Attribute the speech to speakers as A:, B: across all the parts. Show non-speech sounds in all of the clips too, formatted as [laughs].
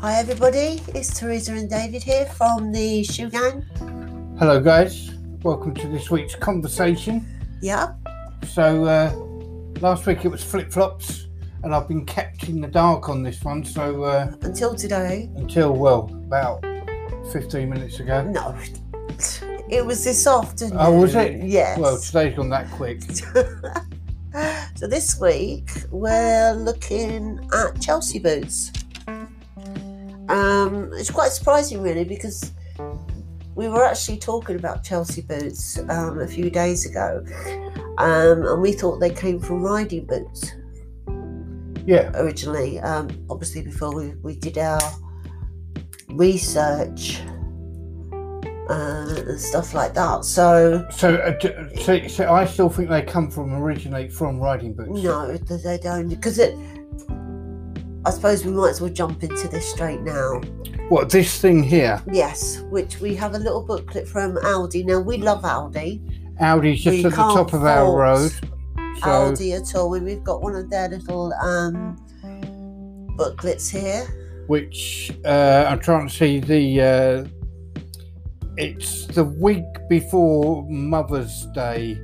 A: Hi everybody, it's Teresa and David here from the Shoe Gang.
B: Hello, guys. Welcome to this week's conversation.
A: Yep,
B: So, uh, last week it was flip flops, and I've been kept in the dark on this one. So, uh,
A: until today.
B: until well, about 15 minutes ago.
A: No, it was this afternoon.
B: Oh, was it?
A: Yes. [laughs]
B: Well, today's gone that quick.
A: so this week we're looking at Chelsea boots. Um, it's quite surprising, really, because we were actually talking about Chelsea boots um, a few days ago, um, and we thought they came from riding boots.
B: Yeah,
A: originally. Um, obviously, before we, we did our research uh, and stuff like that. So,
B: so, uh, d- so, so I still think they come from originate from riding boots.
A: no, th- they don't. Because it, I suppose we might as well jump into this straight now.
B: What this thing here,
A: Yes, which we have a little booklet from Aldi. Now, we love Aldi.
B: Audi's just
A: We
B: at the
A: can't
B: top of our
A: fault
B: road. So,
A: Aldi at all. We- We've got one of their little um, booklets here.
B: which uh, I'm trying to see the. Uh, it's the week before Mother's Day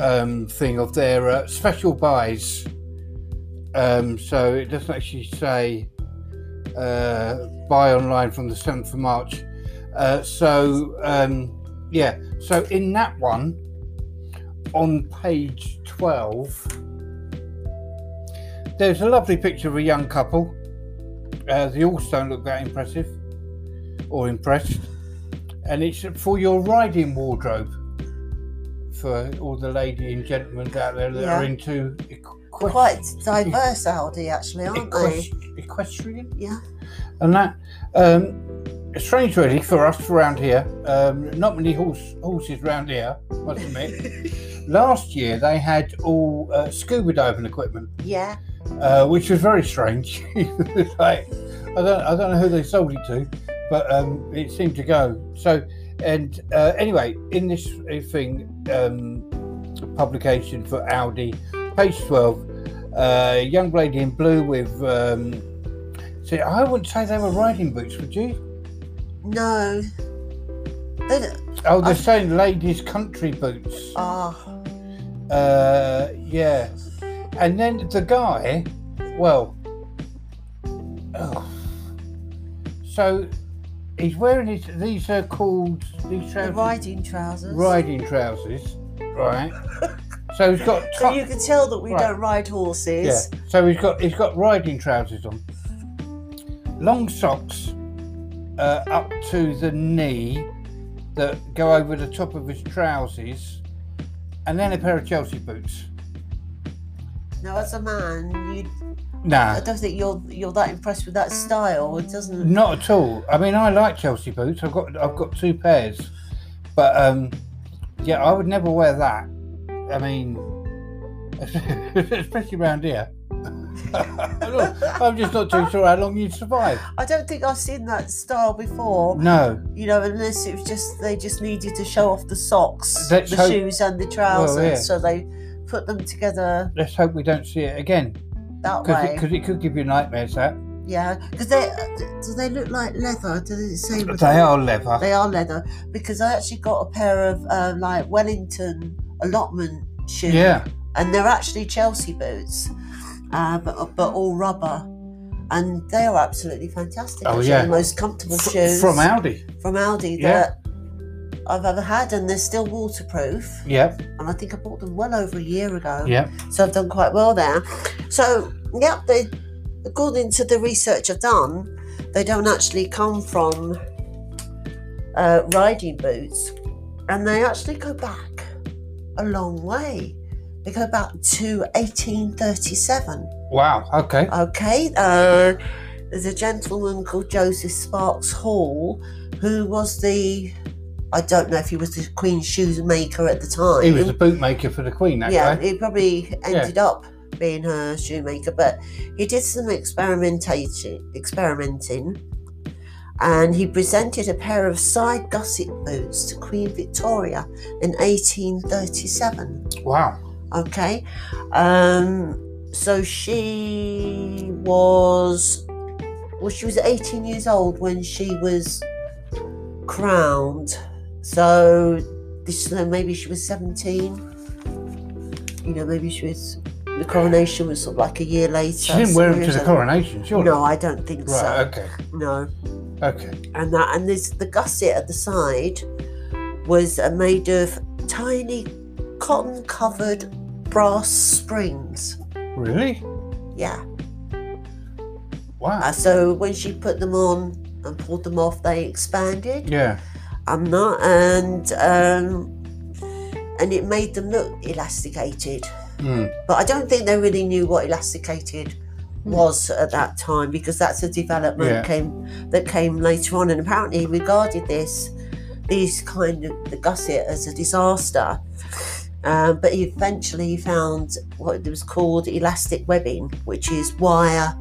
B: um, thing of their uh, special buys. Um, so it doesn't actually say uh, buy online from the 7th of March. Uh, so, um, yeah, so in that one, on page 12, there's a lovely picture of a young couple. Uh, the all don't look that impressive or impressed. And it's for your riding wardrobe for all the lady and gentlemen out there that
A: Yeah.
B: are into equestrian.
A: Quite diverse, Aldi, actually, aren't they?
B: equest- equestrian
A: Yeah.
B: and that um it's strange really for us around here um not many horse horses round here must
A: [laughs]
B: admit last year they had all uh, scuba diving equipment
A: Yeah.
B: uh, which was very strange [laughs] It was like, I don't, I don't know who they sold it to but um it seemed to go so and uh, anyway in this uh, thing um publication for audi page 12 uh, young lady in blue with um see i wouldn't say they were riding boots would you
A: No. They don't,
B: Oh, they're saying ladies' country boots.
A: Ah,
B: Uh, yeah. And then the guy, well, oh. so he's wearing his, these are called, these
A: the
B: trousers,
A: riding trousers.
B: riding trousers, right? so he's
A: [laughs]
B: got,
A: So
B: top-
A: you can tell that we
B: Right.
A: don't ride
B: yeah,
A: horses.
B: so he's got, he's got riding trousers on, long socks uh, up to the knee that go over the top of his trousers, and then a pair of Chelsea boots.
A: Now, as a man, you,
B: Nah.
A: I don't think you're you're that impressed with that style. It doesn't.
B: Not at all. I mean, I like Chelsea boots. I've got I've got two pairs, but um, yeah, I would never wear that. I mean, [laughs] especially around here. [laughs] I'm just not too sure how long you'd survive.
A: I don't think I've seen that style before.
B: No,
A: You know, unless it was just they just needed to show off the socks,
B: Let's
A: the
B: hope-
A: shoes, and the trousers.
B: yeah.
A: So they put them together
B: let's hope we don't see it again
A: that
B: because
A: way.
B: it, 'cause it could give you nightmares. That
A: Yeah, because they do they look like leather? Do they say
B: they are leather.
A: They are leather because I actually got a pair of uh, like Wellington allotment shoes,
B: Yeah,
A: and they're actually Chelsea boots, uh, but but all rubber, and they are absolutely fantastic.
B: Oh,
A: actually,
B: yeah.
A: the most comfortable
B: Fr-
A: shoes
B: from Audi.
A: from Aldi
B: Yeah.
A: that I've ever had, and they're still waterproof.
B: Yeah,
A: And I think I bought them well over a year ago,
B: yeah,
A: so I've done quite well there. So yep, they according to the research I've done, they don't actually come from uh, riding boots, and they actually go back a long way. They go back to 1837.
B: Wow. Okay.
A: Okay, uh, there's a gentleman called Joseph Sparks Hall who was the I don't know if he was the Queen's shoemaker at the time.
B: He was the bootmaker for the Queen. That
A: Yeah,
B: guy.
A: he probably ended up being her shoemaker, but he did some experimentation, experimenting, and he presented a pair of side gusset boots to Queen Victoria in 1837.
B: Wow.
A: Okay, um, so she was Well, she was 18 years old when she was crowned. So, this, so maybe she was 17. You know, maybe she was. The coronation was sort of like a year later.
B: She didn't wear them
A: something
B: to the
A: like-
B: coronation, surely.
A: No, I don't think
B: Right.
A: so.
B: Okay.
A: No,
B: Okay.
A: and that and this the gusset at the side was uh, made of tiny cotton-covered brass springs.
B: Really?
A: Yeah. Uh,
B: Wow.
A: so when she put them on and pulled them off, they expanded.
B: Yeah.
A: I'm not, and um, and it made them look elasticated.
B: Mm.
A: But I don't think they really knew what elasticated
B: Hmm.
A: was at that time because that's a development
B: Yeah.
A: came that came later on, and apparently he regarded this these kind of the gusset as a disaster. Um, but he eventually he found what was called elastic webbing, which is wire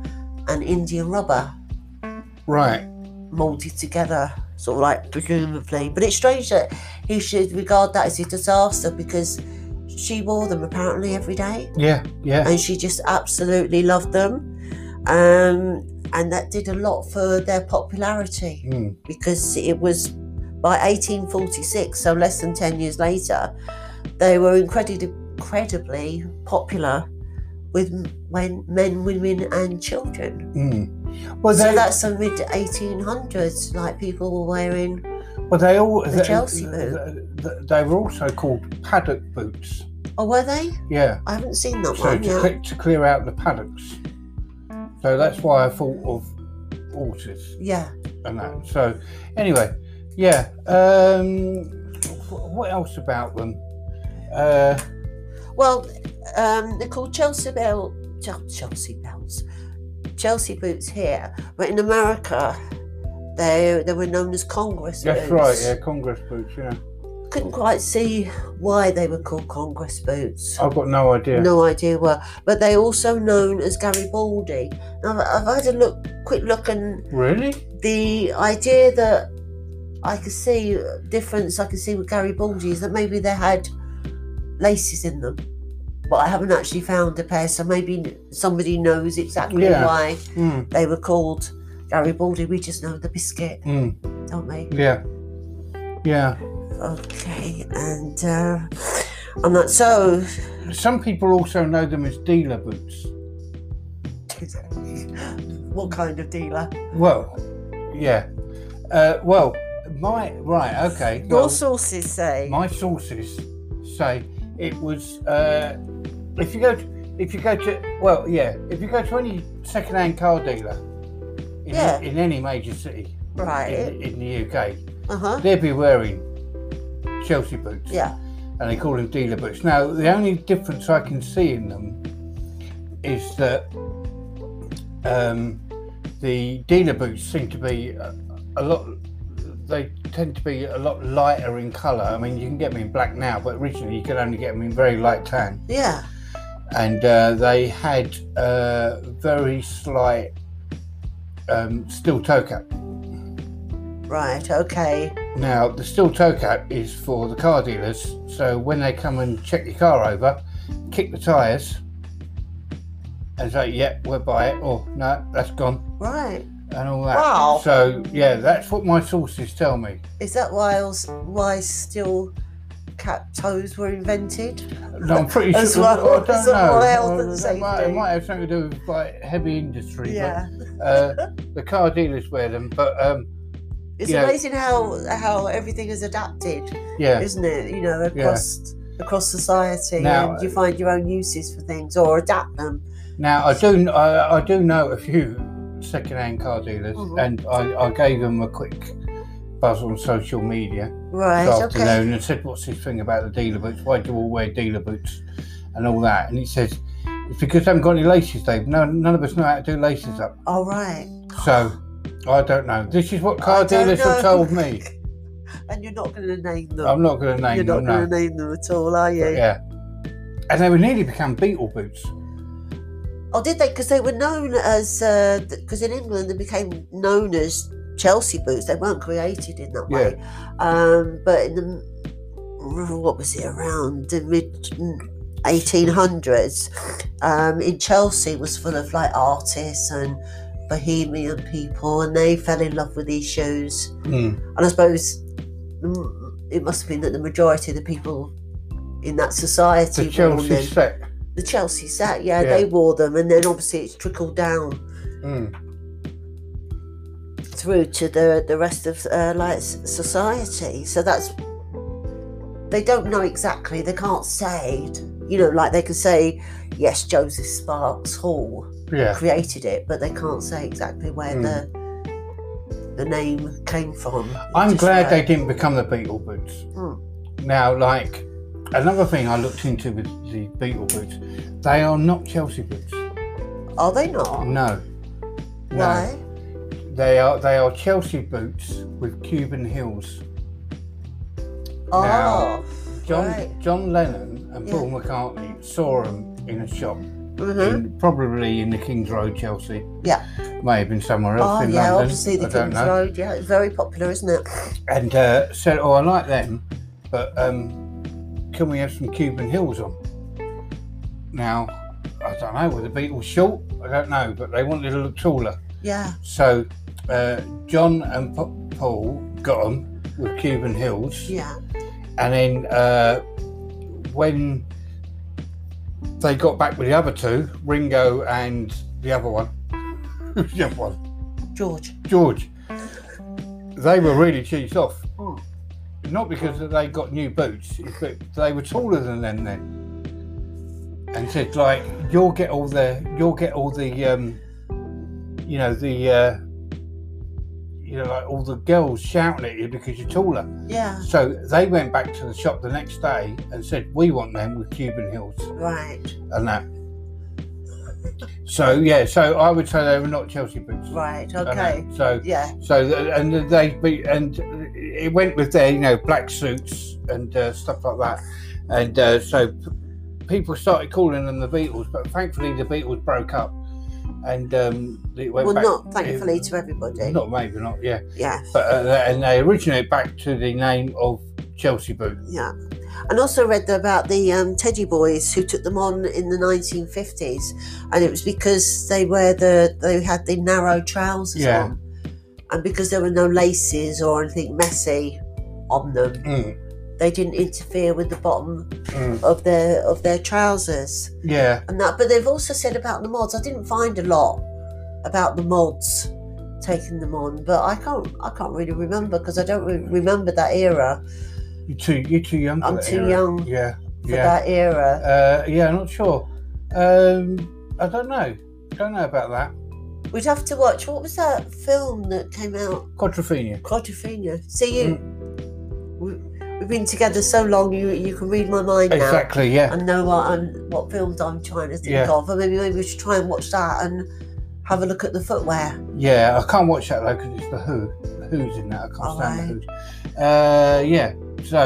A: and Indian rubber
B: Right.
A: molded together, sort of like presumably. But it's strange that he should regard that as a disaster because she wore them apparently every day
B: Yeah. Yeah.
A: and she just absolutely loved them. Um, and that did a lot for their popularity
B: Mm.
A: because it was by 1846, so less than 10 years later, they were incredibly, incredibly popular with m- when men, women, and children.
B: Mm. Well,
A: So
B: they,
A: that's the mid 1800s, like people were wearing.
B: well, they all
A: the Chelsea boot.
B: They, they were also called paddock boots.
A: Oh, were they?
B: Yeah.
A: I haven't seen that
B: So
A: one
B: to,
A: yet.
B: clear, to clear out the paddocks. So that's why I thought of horses
A: Yeah.
B: and that. So anyway, yeah. Um, wh- what else about them? Uh,
A: Well, um, they're called Chelsea Bell, Chel- Chelsea Bells, Chelsea boots here, but in America, they they were known as Congress
B: that's
A: boots.
B: right. Yeah, Congress boots. Yeah,
A: Couldn't quite see why they were called Congress boots.
B: I've got no idea.
A: No idea why, but they also known as Garibaldi. Now, I've, I've had a look, quick look, and
B: Really?
A: the idea that I could see a difference I could see with Garibaldi is that maybe they had laces in them, but I haven't actually found a pair, so maybe somebody knows exactly
B: Yeah.
A: why
B: Mm,
A: they were called Garibaldi. We just know the biscuit,
B: mm,
A: don't we?
B: yeah. Yeah.
A: Okay, and uh, and that so
B: Some people also know them as dealer boots.
A: what kind of dealer?
B: Well, yeah. Uh, well, my right. Okay.
A: Your
B: well,
A: sources say
B: my sources say it was uh, if you go to, if you go to well yeah if you go to any second-hand car dealer in,
A: Yeah.
B: in any major city
A: right.
B: in, in the UK
A: Uh huh.
B: they'd be wearing Chelsea boots
A: Yeah.
B: and they call them dealer boots now the only difference I can see in them is that um, the dealer boots seem to be a, a lot they tend to be a lot lighter in colour. I mean, you can get them in black now, but originally you could only get them in very light tan.
A: Yeah.
B: And uh, they had uh, very slight um, steel toe cap.
A: Right. Okay.
B: Now, the steel toe cap is for the car dealers, so when they come and check your car over, kick the tyres and say, yep, we'll buy it, or no, that's gone,
A: Right.
B: and all that.
A: Wow.
B: So, yeah, that's what my sources tell me.
A: Is that why else why steel cap toes were invented?
B: No, I'm pretty
A: As
B: sure.
A: well
B: I don't
A: as all health
B: know.
A: and
B: Well, that might, it
A: safety.
B: might have something to do with like heavy industry. But, uh, the car dealers wear them, but um,
A: It's
B: Yeah.
A: amazing how how everything is adapted,
B: yeah,
A: isn't it? You know,
B: Yeah.
A: across across society
B: Now-
A: and you find your own uses for things or adapt them.
B: Now I do I, I do know a few second-hand car dealers,
A: Mhm.
B: and I, I gave them a quick buzz on social media
A: Right,
B: this
A: okay.
B: afternoon and said, "What's this thing about the dealer boots? Why do you all wear dealer boots and all that?" And he says, "It's because they haven't got any laces, Dave. No, none of us know how to do laces up."
A: All right.
B: So I don't know. This is what
A: I
B: car
A: don't
B: dealers have
A: know.
B: told
A: [laughs]
B: me.
A: And you're not gonna name them.
B: I'm not going to name
A: you're not
B: them. No.
A: gonna name them at all, are you?
B: But yeah. And they were nearly become beetle boots.
A: Oh, did they? Because they were known as because in England they became known as Chelsea boots. They weren't created in that way. Um, but in the what was it around the mid eighteen hundreds, um, in Chelsea was full of like artists and bohemian people and they fell in love with these shoes.
B: Mm.
A: And I suppose mm, it must have been that the majority of the people in that society
B: The
A: wore
B: Chelsea
A: them.
B: set.
A: The Chelsea set, yeah,
B: Yeah.
A: they wore them. And then obviously it's trickled down
B: Mm.
A: through to the, the rest of uh, like s- society. So that's, they don't know exactly, they can't say, you know, like they can say, yes, Joseph Sparks Hall.
B: Yeah.
A: created it, but they can't say exactly where
B: Hmm.
A: the the name came from.
B: I'm
A: Just
B: glad they
A: like-
B: didn't become the Beetle Boots.
A: Mm.
B: Now, like another thing I looked into with the Beetle Boots, they are not Chelsea boots.
A: Are they not?
B: No, no,
A: Why?
B: they are they are Chelsea boots with Cuban heels.
A: Oh.
B: John
A: Right.
B: John Lennon and Paul McCartney saw them in a shop,
A: hmm
B: in, probably in the King's Road, Chelsea.
A: Yeah.
B: may have been somewhere else
A: Oh
B: in
A: yeah,
B: London.
A: obviously the
B: I don't
A: King's
B: know.
A: Road. Yeah, it's very popular, isn't it?
B: and uh, said, "Oh, I like them, but um, can we have some Cuban heels on?" Now, I don't know. Were the Beatles short? I don't know, but they wanted to look taller.
A: Yeah.
B: So uh, John and Pa- Paul got them with Cuban heels,
A: Yeah.
B: and then uh, when they got back with the other two, Ringo and the other one, [laughs] who's the other one?
A: George.
B: George, they were really cheesed off.
A: Mm.
B: Not because that they got new boots, it's that they were taller than them then. And said like, "You'll get all the, you'll get all the, um, you know the, uh, you know like all the girls shouting at you because you're taller."
A: Yeah.
B: So they went back to the shop the next day and said, "We want them with Cuban heels
A: Right.
B: and that." So yeah, so I would say they were not Chelsea boots.
A: Right.
B: and
A: Okay.
B: that. So
A: Yeah.
B: so th- and they be and it went with their you know black suits and uh, stuff like that, and uh, so p- people started calling them the Beatles. But thankfully, the Beatles broke up, and um, it went
A: Well,
B: back.
A: not thankfully to everybody.
B: Not maybe not, yeah.
A: Yeah.
B: But uh, and they originate back to the name of Chelsea Boot.
A: Yeah. And also read about the um, Teddy Boys who took them on in the 1950s, and it was because they were the they had the narrow trousers
B: Yeah.
A: on, and because there were no laces or anything messy on them,
B: Mm,
A: they didn't interfere with the bottom
B: mm,
A: of their of their trousers
B: yeah,
A: and that. But they've also said about the mods. I didn't find a lot about the mods taking them on, but I can't I can't really remember because I don't re- remember that era.
B: you're too you're too young. for
A: I'm
B: that
A: too
B: era.
A: young
B: Yeah,
A: for
B: yeah.
A: that era.
B: Uh, yeah, I'm not sure. Um, I don't know. Don't know about that.
A: We'd have to watch. What was that film that came out?
B: Quadrophenia.
A: Quadrophenia. See you. We, we've been together so long. You you can read my mind now
B: Mm. Exactly. Yeah.
A: and know what I'm, what films I'm trying to think
B: Yeah.
A: of. And maybe maybe we should try and watch that and have a look at the footwear.
B: Yeah, I can't watch that though because it's the Who. The Who's in that. I can't
A: Oh,
B: stand the Who's. Uh, yeah. So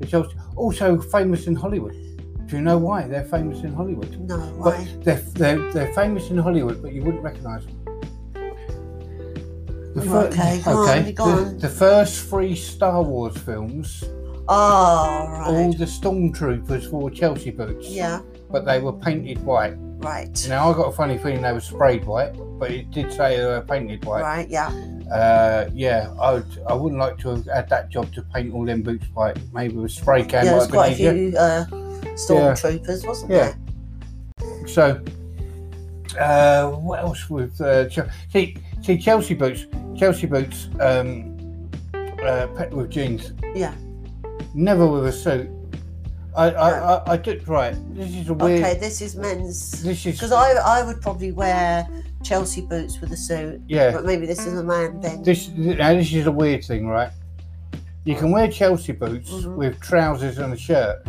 B: the Chelsea also famous in Hollywood. Do you know why they're famous in Hollywood?
A: No,
B: But
A: why?
B: they're, they're, they're famous in Hollywood, but you wouldn't recognise them. The fir-
A: Okay, go on,
B: okay,
A: go
B: the-
A: on.
B: the first three Star Wars films,
A: Oh,
B: all
A: right.
B: the stormtroopers wore Chelsea boots,
A: Yeah,
B: but they were painted white.
A: right.
B: Now I got a funny feeling they were sprayed white, but it did say they were painted white.
A: Right, yeah.
B: Uh, yeah, I would, I wouldn't like to have had that job to paint all them boots white. Maybe with spray can.
A: yeah,
B: might
A: there's
B: have been
A: quite a
B: easier.
A: few uh, stormtroopers, wasn't
B: Yeah.
A: there?
B: So, uh, what else with uh, Chel- see see Chelsea boots? Chelsea boots, um, uh, pet with jeans.
A: Yeah.
B: Never with a suit. I I,
A: No.
B: I, I did right. This is a weird.
A: Okay, this is men's.
B: This is
A: Because I, I would probably wear Chelsea boots with a suit,
B: yeah.
A: but maybe this is a man thing.
B: This now this is a weird thing, right? You can wear Chelsea boots
A: Mhm.
B: with trousers and a shirt,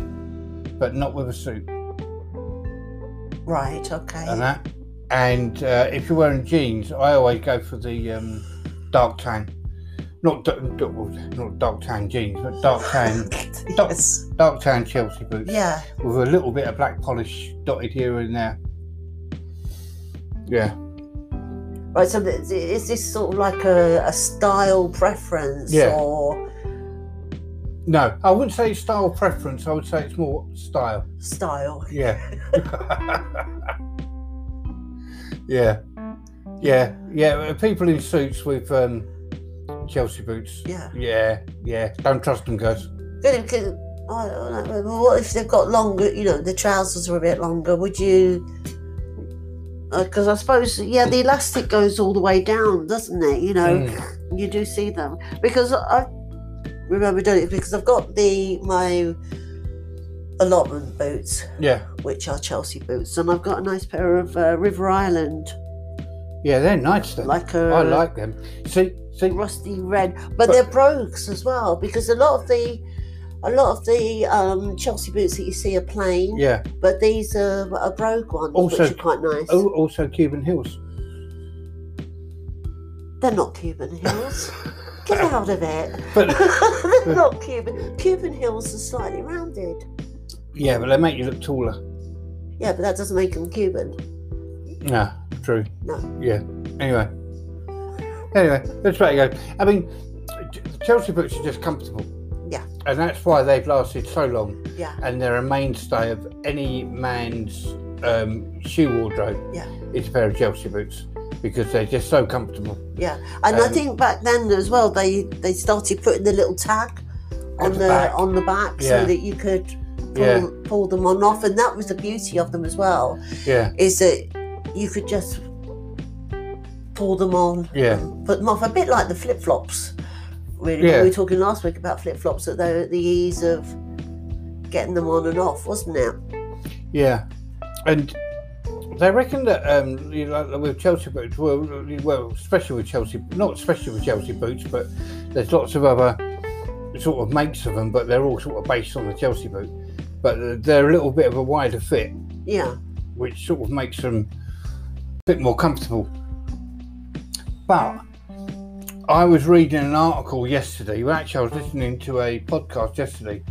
B: but not with a suit.
A: Right, okay.
B: and that. And uh, if you're wearing jeans, I always go for the um, dark tan, not d- d- well, not dark tan jeans, but dark tan,
A: [laughs]
B: Stop.
A: yes.
B: dark tan Chelsea boots
A: Yeah,
B: with a little bit of black polish dotted here and there. Yeah,
A: right. So th- is this sort of like a, a style preference,
B: Yeah.
A: or
B: no, I wouldn't say style preference. I would say it's more style.
A: style?
B: [laughs] Yeah, yeah. Yeah, yeah. People in suits with um, Chelsea boots.
A: Yeah.
B: Yeah, yeah. Don't trust them, guys.
A: Good. good. I don't know. Well, what if they've got longer? You know, the trousers are a bit longer. Would you? Because I suppose, yeah, the elastic goes all the way down, doesn't it? You know,
B: Mm.
A: you do see them because I remember doing it because I've got the my allotment boots,
B: Yeah,
A: which are Chelsea boots, and I've got a nice pair of uh, River Island,
B: yeah. They're nice. Then.
A: like uh, a
B: I like them. See, see.
A: rusty red, but, they're brogues as well because a lot of the a lot of the um, Chelsea boots that you see are plain,
B: Yeah.
A: but these are, are brogue ones,
B: Also-
A: which are quite nice.
B: Oh, also Cuban Hills.
A: They're not Cuban
B: [laughs]
A: Hills. Get out of it. [laughs]
B: But
A: they're not Cuban. Cuban Hills are slightly rounded.
B: yeah, but they make you look taller.
A: Yeah, but that doesn't make them Cuban.
B: No, true.
A: No.
B: Yeah. Anyway. Anyway, that's where it goes. I mean, Ch- Chelsea boots are just comfortable.
A: Yeah.
B: And that's why they've lasted so long,
A: Yeah,
B: and they're a mainstay of any man's um, shoe wardrobe.
A: Yeah.
B: It's a pair of Chelsea boots because they're just so comfortable.
A: yeah. And I
B: Um,
A: think back then as well, they they started putting the little tag on
B: the
A: the,
B: back.
A: on the back
B: Yeah.
A: so that you could. Pull,
B: Yeah.
A: pull them on and off, and that was the beauty of them as well.
B: Yeah.
A: Is that you could just pull them on
B: Yeah.
A: put them off a bit like the flip flops. Really,
B: Yeah.
A: we were talking last week about flip flops that they the ease of getting them on and off, wasn't it?
B: Yeah, and they reckon that um, you know, like with Chelsea boots, well, well, especially with Chelsea, not especially with Chelsea boots, but there's lots of other sort of makes of them, but they're all sort of based on the Chelsea boot. But they're a little bit of a wider fit,
A: Yeah,
B: which sort of makes them a bit more comfortable. But I was reading an article yesterday. Well, actually, I was listening to a podcast yesterday,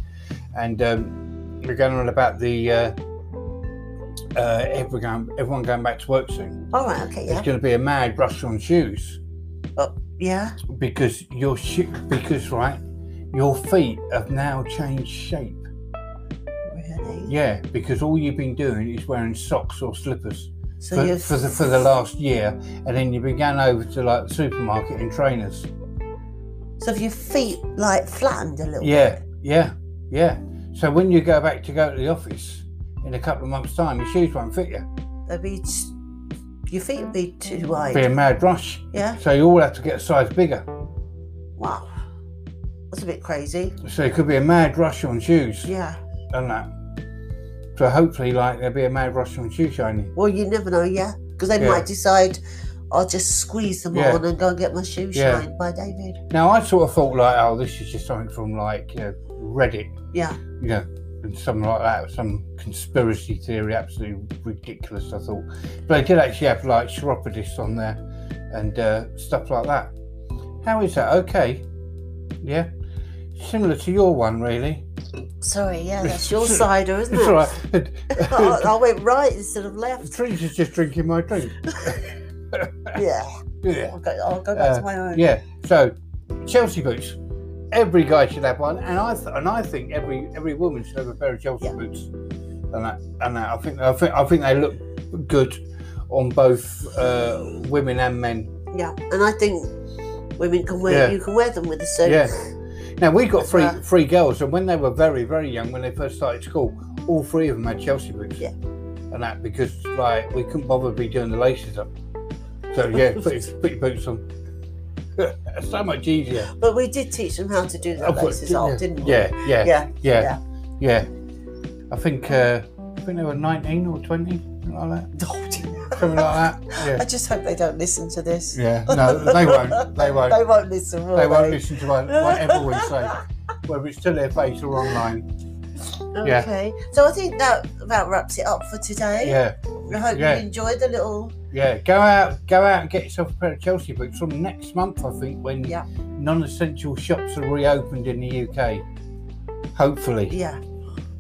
B: and um, they're going on about the uh, uh, everyone going, everyone going back to work soon.
A: all right, okay, yeah, Oh,
B: It's going to be a mad rush on shoes
A: yeah,
B: because your sho- because right, your feet have now changed shape.
A: really.
B: Yeah, because all you've been doing is wearing socks or slippers.
A: So
B: for,
A: you're
B: for the for the last year, and then you began over to like the supermarket in trainers.
A: so if your feet like flattened a little.
B: Yeah, yeah, yeah. So when you go back to go to the office in a couple of months' time, your shoes won't fit you.
A: they'd be t- your feet would be too
B: Be a
A: wide.
B: mad rush.
A: Yeah,
B: So you all have to get a size bigger.
A: wow, that's a bit crazy.
B: So it could be a mad rush on shoes
A: Yeah,
B: and that. So hopefully, like there'll be a mad rush on shoe shining.
A: well, you never know, yeah, because they
B: Yeah.
A: might decide I'll just squeeze them
B: Yeah.
A: on and go and get my shoe
B: Yeah.
A: shined by David.
B: Now I sort of thought like, oh, this is just something from like you know, Reddit,
A: Yeah,
B: you know, and something like that, some conspiracy theory, absolutely ridiculous. I thought, but they did actually have like chiropodists on there and uh, stuff like that. How is that? Okay, yeah, similar to your one, really.
A: sorry, yeah, [laughs] that's your cider, isn't it?
B: It's all
A: [laughs] I,
B: right. [laughs]
A: [laughs] I went right instead of left.
B: Trees is just drinking my drink.
A: Yeah,
B: Yeah.
A: I'll go, I'll go back
B: Uh,
A: to my own.
B: Yeah. So, Chelsea boots. Every guy should have one, and I th- and I think every every woman should have a pair of Chelsea
A: Yeah.
B: boots. And that, and that, I think I think I think they look good on both uh, women and men.
A: Yeah, and I think women can wear
B: Yeah.
A: you can wear them with a suit.
B: Yeah. Now we got
A: That's
B: three
A: right.
B: three girls, and when they were very very young, when they first started school, all three of them had Chelsea boots.
A: Yeah.
B: And that because like we couldn't bother be doing the laces up. So yeah, put, your- put your boots on. [laughs] so much easier.
A: But we did teach them how to do
B: Oh,
A: their
B: but-
A: laces off, didn't we?
B: Yeah, yeah,
A: Yeah.
B: yeah, yeah. I think uh, I think they were nineteen or twenty, something like
A: [laughs] Oh, dear.
B: that. Something like that.
A: I just hope they don't listen to this.
B: Yeah, yeah. No, they won't. They won't.
A: They won't listen, will
B: They
A: they?
B: won't listen to what- whatever we say, whether it's to their face or online. yeah.
A: Okay. So I think that about wraps it up for today.
B: Yeah,
A: I hope
B: yeah.
A: you enjoyed the little.
B: yeah. Go out, go out and get yourself a pair of Chelsea boots from next month, I think, when
A: Yeah.
B: non-essential shops are reopened in the UK. Hopefully.
A: Yeah.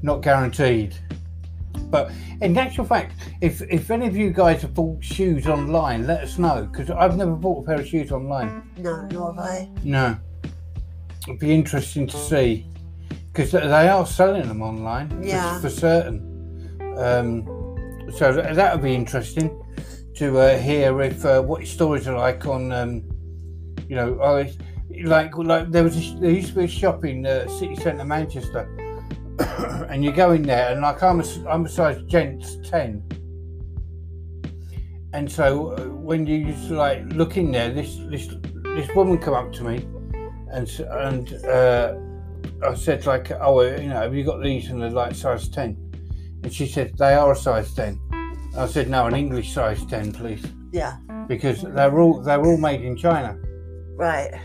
B: not guaranteed. But in actual fact, if if any of you guys have bought shoes online, let us know because I've never bought a pair of shoes online.
A: No, nor have I.
B: No, it'd be interesting to see because they they are selling them online for-
A: Yeah.
B: for, certain. Um, so th- that would be interesting. to uh, hear if uh, what stories are like on, um, you know, are they, like like there was a, there used to be a shop in uh, city centre Manchester, [coughs] and you go in there and like I'm a, s- I'm a size gents ten, and so uh, when you used to like look in there, this this this woman come up to me, and s- and uh, I said like oh uh, you know have you got these in the like size ten, and she said they are a size ten, and I said no an English size ten please
A: Yeah.
B: because they're all they're all made in China
A: Right.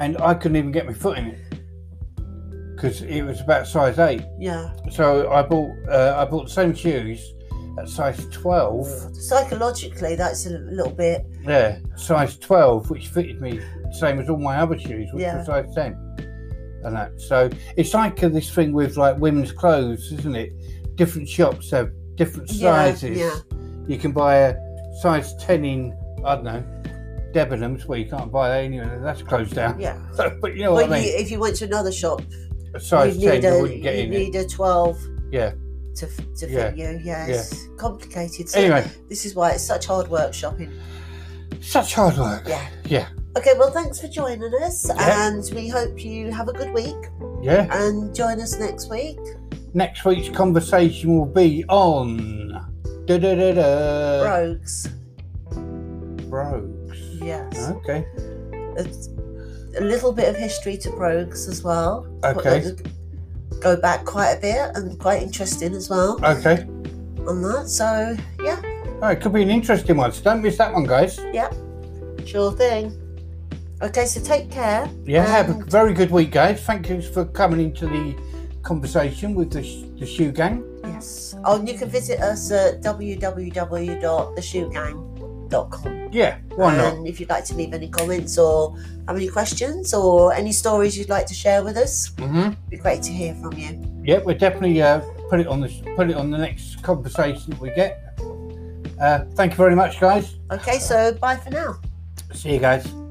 B: and I couldn't even get my foot in it because it was about size eight.
A: Yeah.
B: So I bought uh, I bought the same shoes at size twelve.
A: Psychologically, that's a little bit.
B: Yeah, size twelve, which fitted me same as all my other shoes, which
A: Yeah.
B: were size ten. And that, so it's like uh, this thing with like women's clothes, isn't it? Different shops have different
A: Yeah,
B: sizes.
A: yeah.
B: You can buy a size ten in I don't know Debenhams, where you can't buy that anywhere. That's closed down.
A: Yeah.
B: [laughs] but you know
A: But
B: what I
A: you,
B: mean.
A: if you went to another shop,
B: A size
A: you
B: ten,
A: need
B: you
A: a
B: wouldn't get
A: you
B: in it.
A: need a twelve.
B: Yeah.
A: To, f- to
B: Yeah.
A: fit you, yeah, it's complicated. So
B: Anyway,
A: this is why it's such hard work shopping.
B: such hard work.
A: Yeah.
B: Yeah.
A: Okay, well, thanks for joining us,
B: Yeah.
A: and we hope you have a good week.
B: Yeah.
A: And join us next week.
B: Next week's conversation will be on. Da da da da.
A: Rogues.
B: Brogues.
A: Yes.
B: Okay.
A: It's A little bit of history to brogues as well.
B: Okay.
A: Go back quite a bit and quite interesting as well
B: Okay.
A: on that. So, yeah,
B: Oh, it could be an interesting one. So don't miss that one, guys.
A: sure thing. Okay, so take care.
B: Yeah. Have a
A: And-
B: very good week, guys. Thank you for coming into the conversation with the, sh- the shoe gang.
A: Yes. Oh, and you can visit us at www.theshoegang.com.
B: Yeah. Why not?
A: And if you'd like to leave any comments or have any questions or any stories you'd like to share with us,
B: Mm-hmm.
A: it'd be great to hear from you.
B: Yeah. We'll definitely uh, put it on the put it on the next conversation that we get. Uh, thank you very much, guys.
A: Okay, so bye for now.
B: See you guys.